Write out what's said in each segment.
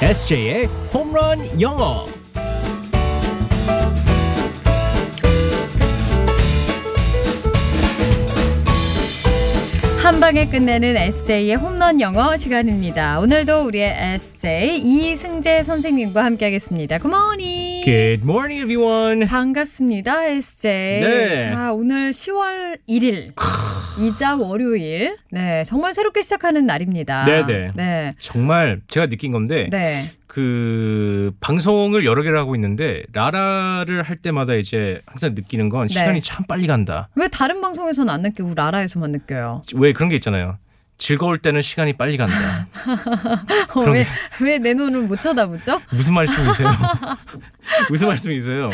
SJ의 홈런 영어. 한 방에 끝내는 에세이의 홈런 영어 시간입니다. 오늘도 우리의 에세이 이승재 선생님과 함께하겠습니다. 굿모닝. Good morning, everyone. 반갑습니다, 에세이. 네. 자, 오늘 10월 1일. 이자 월요일. 네, 정말 새롭게 시작하는 날입니다. 네네. 네. 정말 제가 느낀 건데 네. 그 방송을 여러 개를 하고 있는데 라라를 할 때마다 이제 항상 느끼는 건 네. 시간이 참 빨리 간다. 왜 다른 방송에서는 안 느끼고 라라에서만 느껴요? 왜 그런 게 있잖아요. 즐거울 때는 시간이 빨리 간다. 그럼요. 왜 왜 내 눈을 못 쳐다보죠? 무슨 말씀이세요? 무슨 말씀이세요?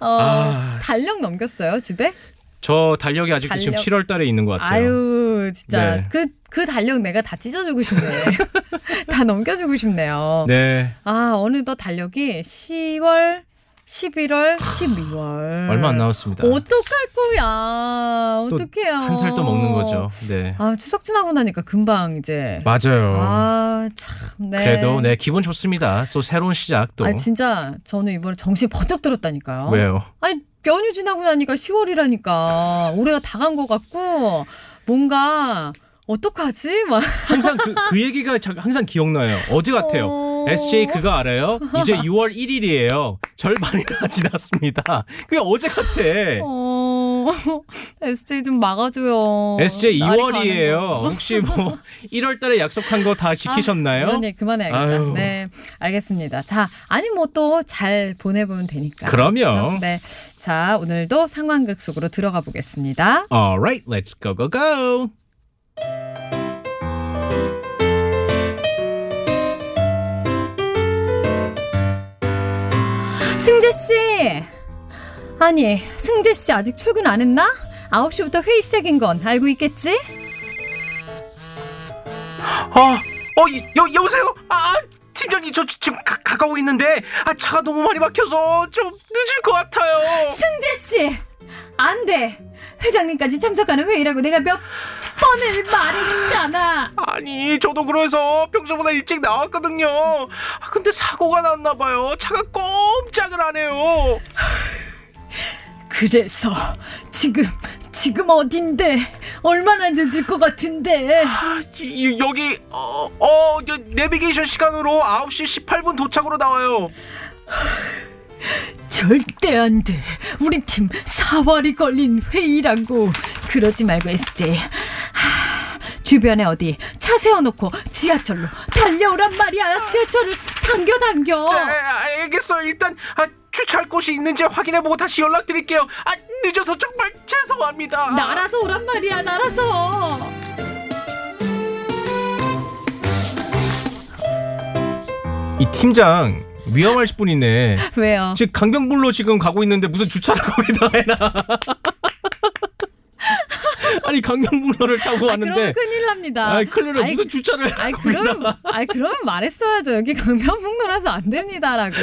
어, 아, 달력 넘겼어요, 집에? 저 달력이 아직도 지금 달력. 7월 달에 있는 것 같아요. 아유 진짜 네. 그 그 달력 내가 다 찢어주고 싶네. 다 넘겨주고 싶네요. 네. 아 어느덧 달력이 10월, 11월, 12월. 얼마 안 남았습니다. 어떡할 거야? 또 어떡해요? 한 살 더 먹는 거죠. 네. 아 추석 지나고 나니까 금방 이제. 맞아요. 아 참. 네. 어. 그래도 네 기분 좋습니다. 또 새로운 시작 또 아 진짜 저는 이번에 정신 번쩍 들었다니까요. 왜요? 아니 연휴 지나고 나니까 10월이라니까 올해가 다 간 것 같고 뭔가 어떡하지? 막 항상 그, 그 얘기가 자- 항상 기억나요. 어제 같아요. 어. SJ 그거 알아요? 이제 6월 1일이에요. 절반이 다 지났습니다. 그게 어제 같아. 어, SJ 좀 막아줘요. SJ 날이 가는 거. 2월이에요. 혹시 뭐 1월 달에 약속한 거 다 지키셨나요? 이런 얘기 아, 그만해야겠다. 아유. 네, 알겠습니다. 자, 아니 뭐 또 잘 보내보면 되니까. 그럼요. 그렇죠? 네, 자 오늘도 상황극 속으로 들어가 보겠습니다. Alright, let's go go go. 승재 씨, 아니 승재 씨 아직 출근 안 했나? 9시부터 회의 시작인 건 알고 있겠지? 아, 어, 이- 여, 여보세요? 아, 아, 팀장님, 저, 저 지금 가, 가고 있는데, 아, 차가 너무 많이 막혀서 좀 늦을 것 같아요. 승재 씨, 안 돼. 회장님까지 참석하는 회의라고 내가 몇 번을 말했잖아. 아니, 저도 그래서 평소보다 일찍 나왔거든요. 아, 근데 사고가 났나 봐요. 차가 꼼짝을 안 해요. 그래서 지금 지금 어딘데? 얼마나 늦을 것 같은데? 아, 이- 이- 여기, 어, 어, 저 내비게이션 시간으로 9시 18분 도착으로 나와요. 절대 안 돼. 우리 팀 4월이 걸린 회의라고. 그러지 말고 했지. 하, 주변에 어디 차 세워놓고 지하철로 달려오란 말이야. 지하철을 당겨 당겨. 네, 알겠어요. 일단, 아, 주차할 곳이 있는지 확인해보고 다시 연락드릴게요. 아, 늦어서 정말 네. 죄송합니다. 날아서 오란 말이야. 날아서. 이 팀장 위험하실 분이네. 왜요? 지금 강병불로 지금 가고 있는데 무슨 주차를 거기다 해놔. 아니 강병불로를 타고 아, 그러면 왔는데 큰일 납니다. 아이 큰일을 아이, 무슨 주차를 아이 그럼 아이 그러면 말했어야죠 여기 강변북로라서 안 됩니다라고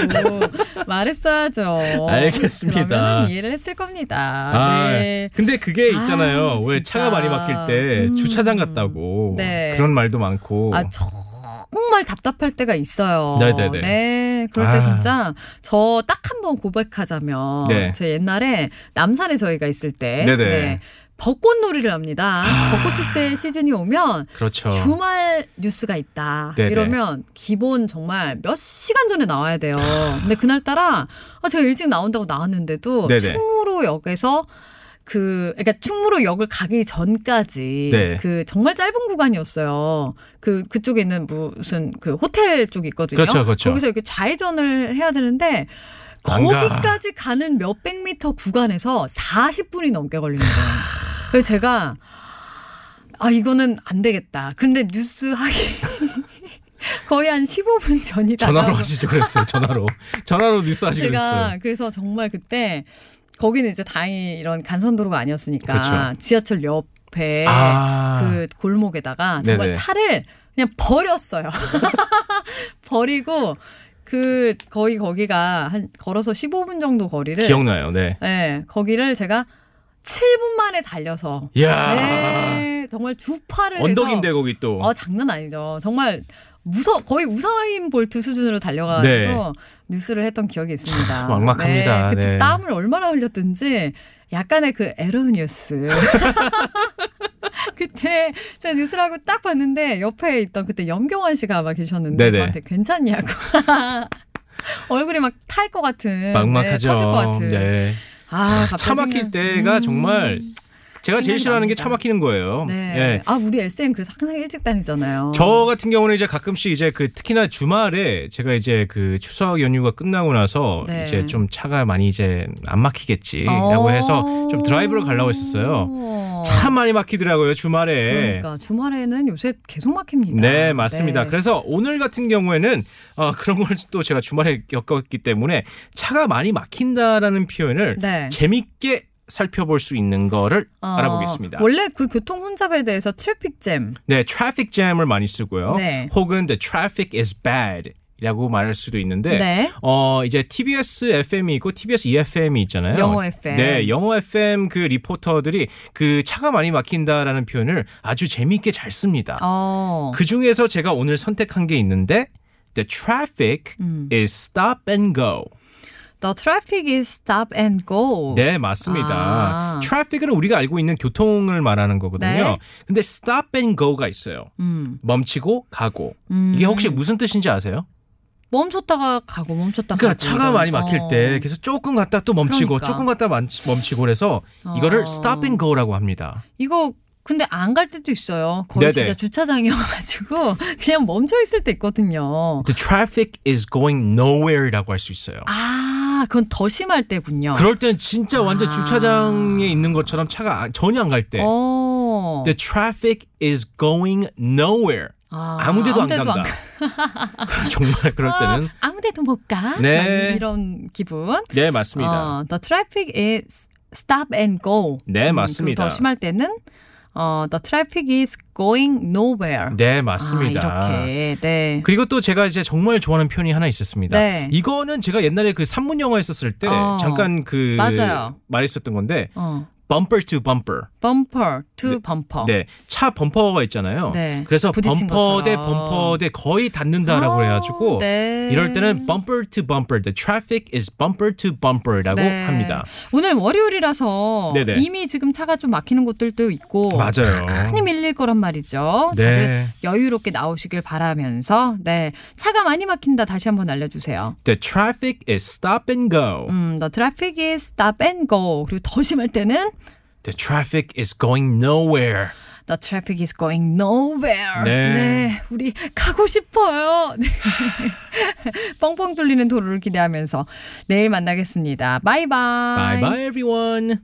말했어야죠. 알겠습니다. 그러면 이해를 했을 겁니다. 아, 네. 근데 그게 있잖아요. 아, 왜 진짜. 차가 많이 막힐 때 음. 주차장 갔다고 네. 그런 말도 많고. 아 정말 답답할 때가 있어요. 네네네. 네, 그럴 때 아. 진짜 저 딱 한 번 고백하자면 네. 제 옛날에 남산에 저희가 있을 때 네네. 아. 벚꽃놀이를 합니다. 벚꽃 축제 시즌이 오면 그렇죠. 주말 뉴스가 있다. 네네. 이러면 기본 정말 몇 시간 전에 나와야 돼요. 근데 그날따라 아, 제가 일찍 나온다고 나왔는데도 아. 네네. 충무로역에서 그 그러니까 충무로역을 가기 전까지 네. 그 정말 짧은 구간이었어요. 그 그쪽에 있는 무슨 그 호텔 쪽이 있거든요. 그렇죠, 그렇죠. 거기서 이렇게 좌회전을 해야 되는데 안 가. 거기까지 가는 몇백 미터 구간에서 40분이 넘게 걸리는 거예요. 그래서 제가 아 이거는 안 되겠다. 근데 뉴스 하기 거의 한 15분 전이다. 전화로 하시죠 그랬어요. 전화로 전화로 뉴스 하시고 그랬어요. 제가 그래서 정말 그때 거기는 이제 다행히 이런 간선도로가 아니었으니까 그렇죠. 지하철 옆에 아, 그 골목에다가 정말 네네. 차를 그냥 버렸어요. 버리고 그 거의 거기가 한 걸어서 15분 정도 거리를 기억나요. 네. 예, 거기를 제가 7분 만에 달려서 이야 네, 정말 주파를 해서 언덕인데 거기 또. 어 장난 아니죠. 어, 정말 무서 거의 우사인 볼트 수준으로 달려가지고 네. 뉴스를 했던 기억이 있습니다. 참 막막합니다. 네, 그때 네. 땀을 얼마나 흘렸든지 약간의 그 에러니어스. 그때 제가 뉴스라고 딱 봤는데 옆에 있던 그때 염경환 씨가 아마 계셨는데 네네. 저한테 괜찮냐고. 얼굴이 막 탈 것 같은. 막막하죠. 네, 터질 것 같은. 네. 아, 갑자기 차 막힐 생각- 음. 때가 정말 제가 제일 생각이 싫어하는 게 납니다. 차 막히는 거예요. 네. 예. 아, 우리 SM 그래서 항상 일찍 다니잖아요. 저 같은 경우는 이제 가끔씩 이제 그 특히나 주말에 제가 이제 그 추석 연휴가 끝나고 나서 네. 이제 좀 차가 많이 이제 안 막히겠지라고 어. 해서 좀 드라이브를 가려고 했었어요. 참 많이 막히더라고요 주말에. 그러니까 주말에는 요새 계속 막힙니다. 네, 맞습니다. 네. 그래서 오늘 같은 경우에는 어, 그런 걸 또 제가 주말에 겪었기 때문에 차가 많이 막힌다라는 표현을 네. 재밌게 살펴볼 수 있는 거를 어, 알아보겠습니다. 원래 그 교통 혼잡에 대해서 트래픽 잼. 네, traffic jam을 많이 쓰고요. 네. 혹은 the traffic is bad이라고 말할 수도 있는데 네. 어 이제 TBS FM이 있고 TBS EFM이 E 있잖아요. 영어 FM. 네, 영어 FM 그 리포터들이 그 차가 많이 막힌다라는 표현을 아주 재미있게 잘 씁니다. 어. 그 중에서 제가 오늘 선택한 게 있는데 the traffic 음. is stop and go. The traffic is stop and go. 네, 맞습니다. 아. traffic은 우리가 알고 있는 교통을 말하는 거거든요. 네. 근데 stop and go가 있어요. 음. 멈추고 가고. 음. 이게 혹시 무슨 뜻인지 아세요? 멈췄다가 가고 멈췄다가 그러니까 가고 차가 이런- 많이 막힐 아, 어. 때 계속 조금 갔다 또 멈추고 그러니까. 조금 갔다 만- 멈추고 그래서 이거를 어. stop and go라고 합니다. 이거 근데 안 갈 때도 있어요. 거의 네네. 진짜 주차장이어가지고 그냥 멈춰 있을 때 있거든요. The traffic is going nowhere라고 할 수 있어요. 아, 그건 더 심할 때군요. 그럴 때는 진짜 완전 아. 주차장에 있는 것처럼 차가 아- 전혀 안 갈 때. 어. The traffic is going nowhere. 아, 아무데도 안 아무데도 간다. 정말 그럴 때는 아, 아무데도 못 가. 네. 막 이런 기분. 네 맞습니다. 어, the traffic is stop and go. 네, 음, 맞습니다. 그리고 더 심할 때는 어, the traffic is going nowhere. 네 맞습니다. 아, 이렇게. 네. 그리고 또 제가 이제 정말 좋아하는 표현이 하나 있었습니다. 네. 이거는 제가 옛날에 그 산문 영화 했었을 때 어. 잠깐 그 맞아요. 말했었던 건데 어. bumper to bumper. bumper to 네. bumper. 네. 차 범퍼가 있잖아요. 어. 네. 그래서 부딪힌 범퍼 대 것처럼. 범퍼 대 거의 닿는다라고 해 가지고 아, 네. 이럴 때는 bumper to bumper. The traffic is bumper to bumper라고 네. 합니다. 오늘 월요일이라서 네네. 이미 지금 차가 좀 막히는 곳들도 있고 맞아요. 많이 밀릴 거란 말이죠. 음. 다들 네. 여유롭게 나오시길 바라면서 네 차가 많이 막힌다 다시 한번 알려주세요. The traffic is stop and go. 음, the traffic is stop and go. 그리고 더 심할 때는 The traffic is going nowhere. the traffic is going nowhere. 네. 우리 가고 싶어요. 네. 뻥뻥 뚫리는 도로를 기대하면서 내일 만나겠습니다. 바이바이. Bye bye everyone.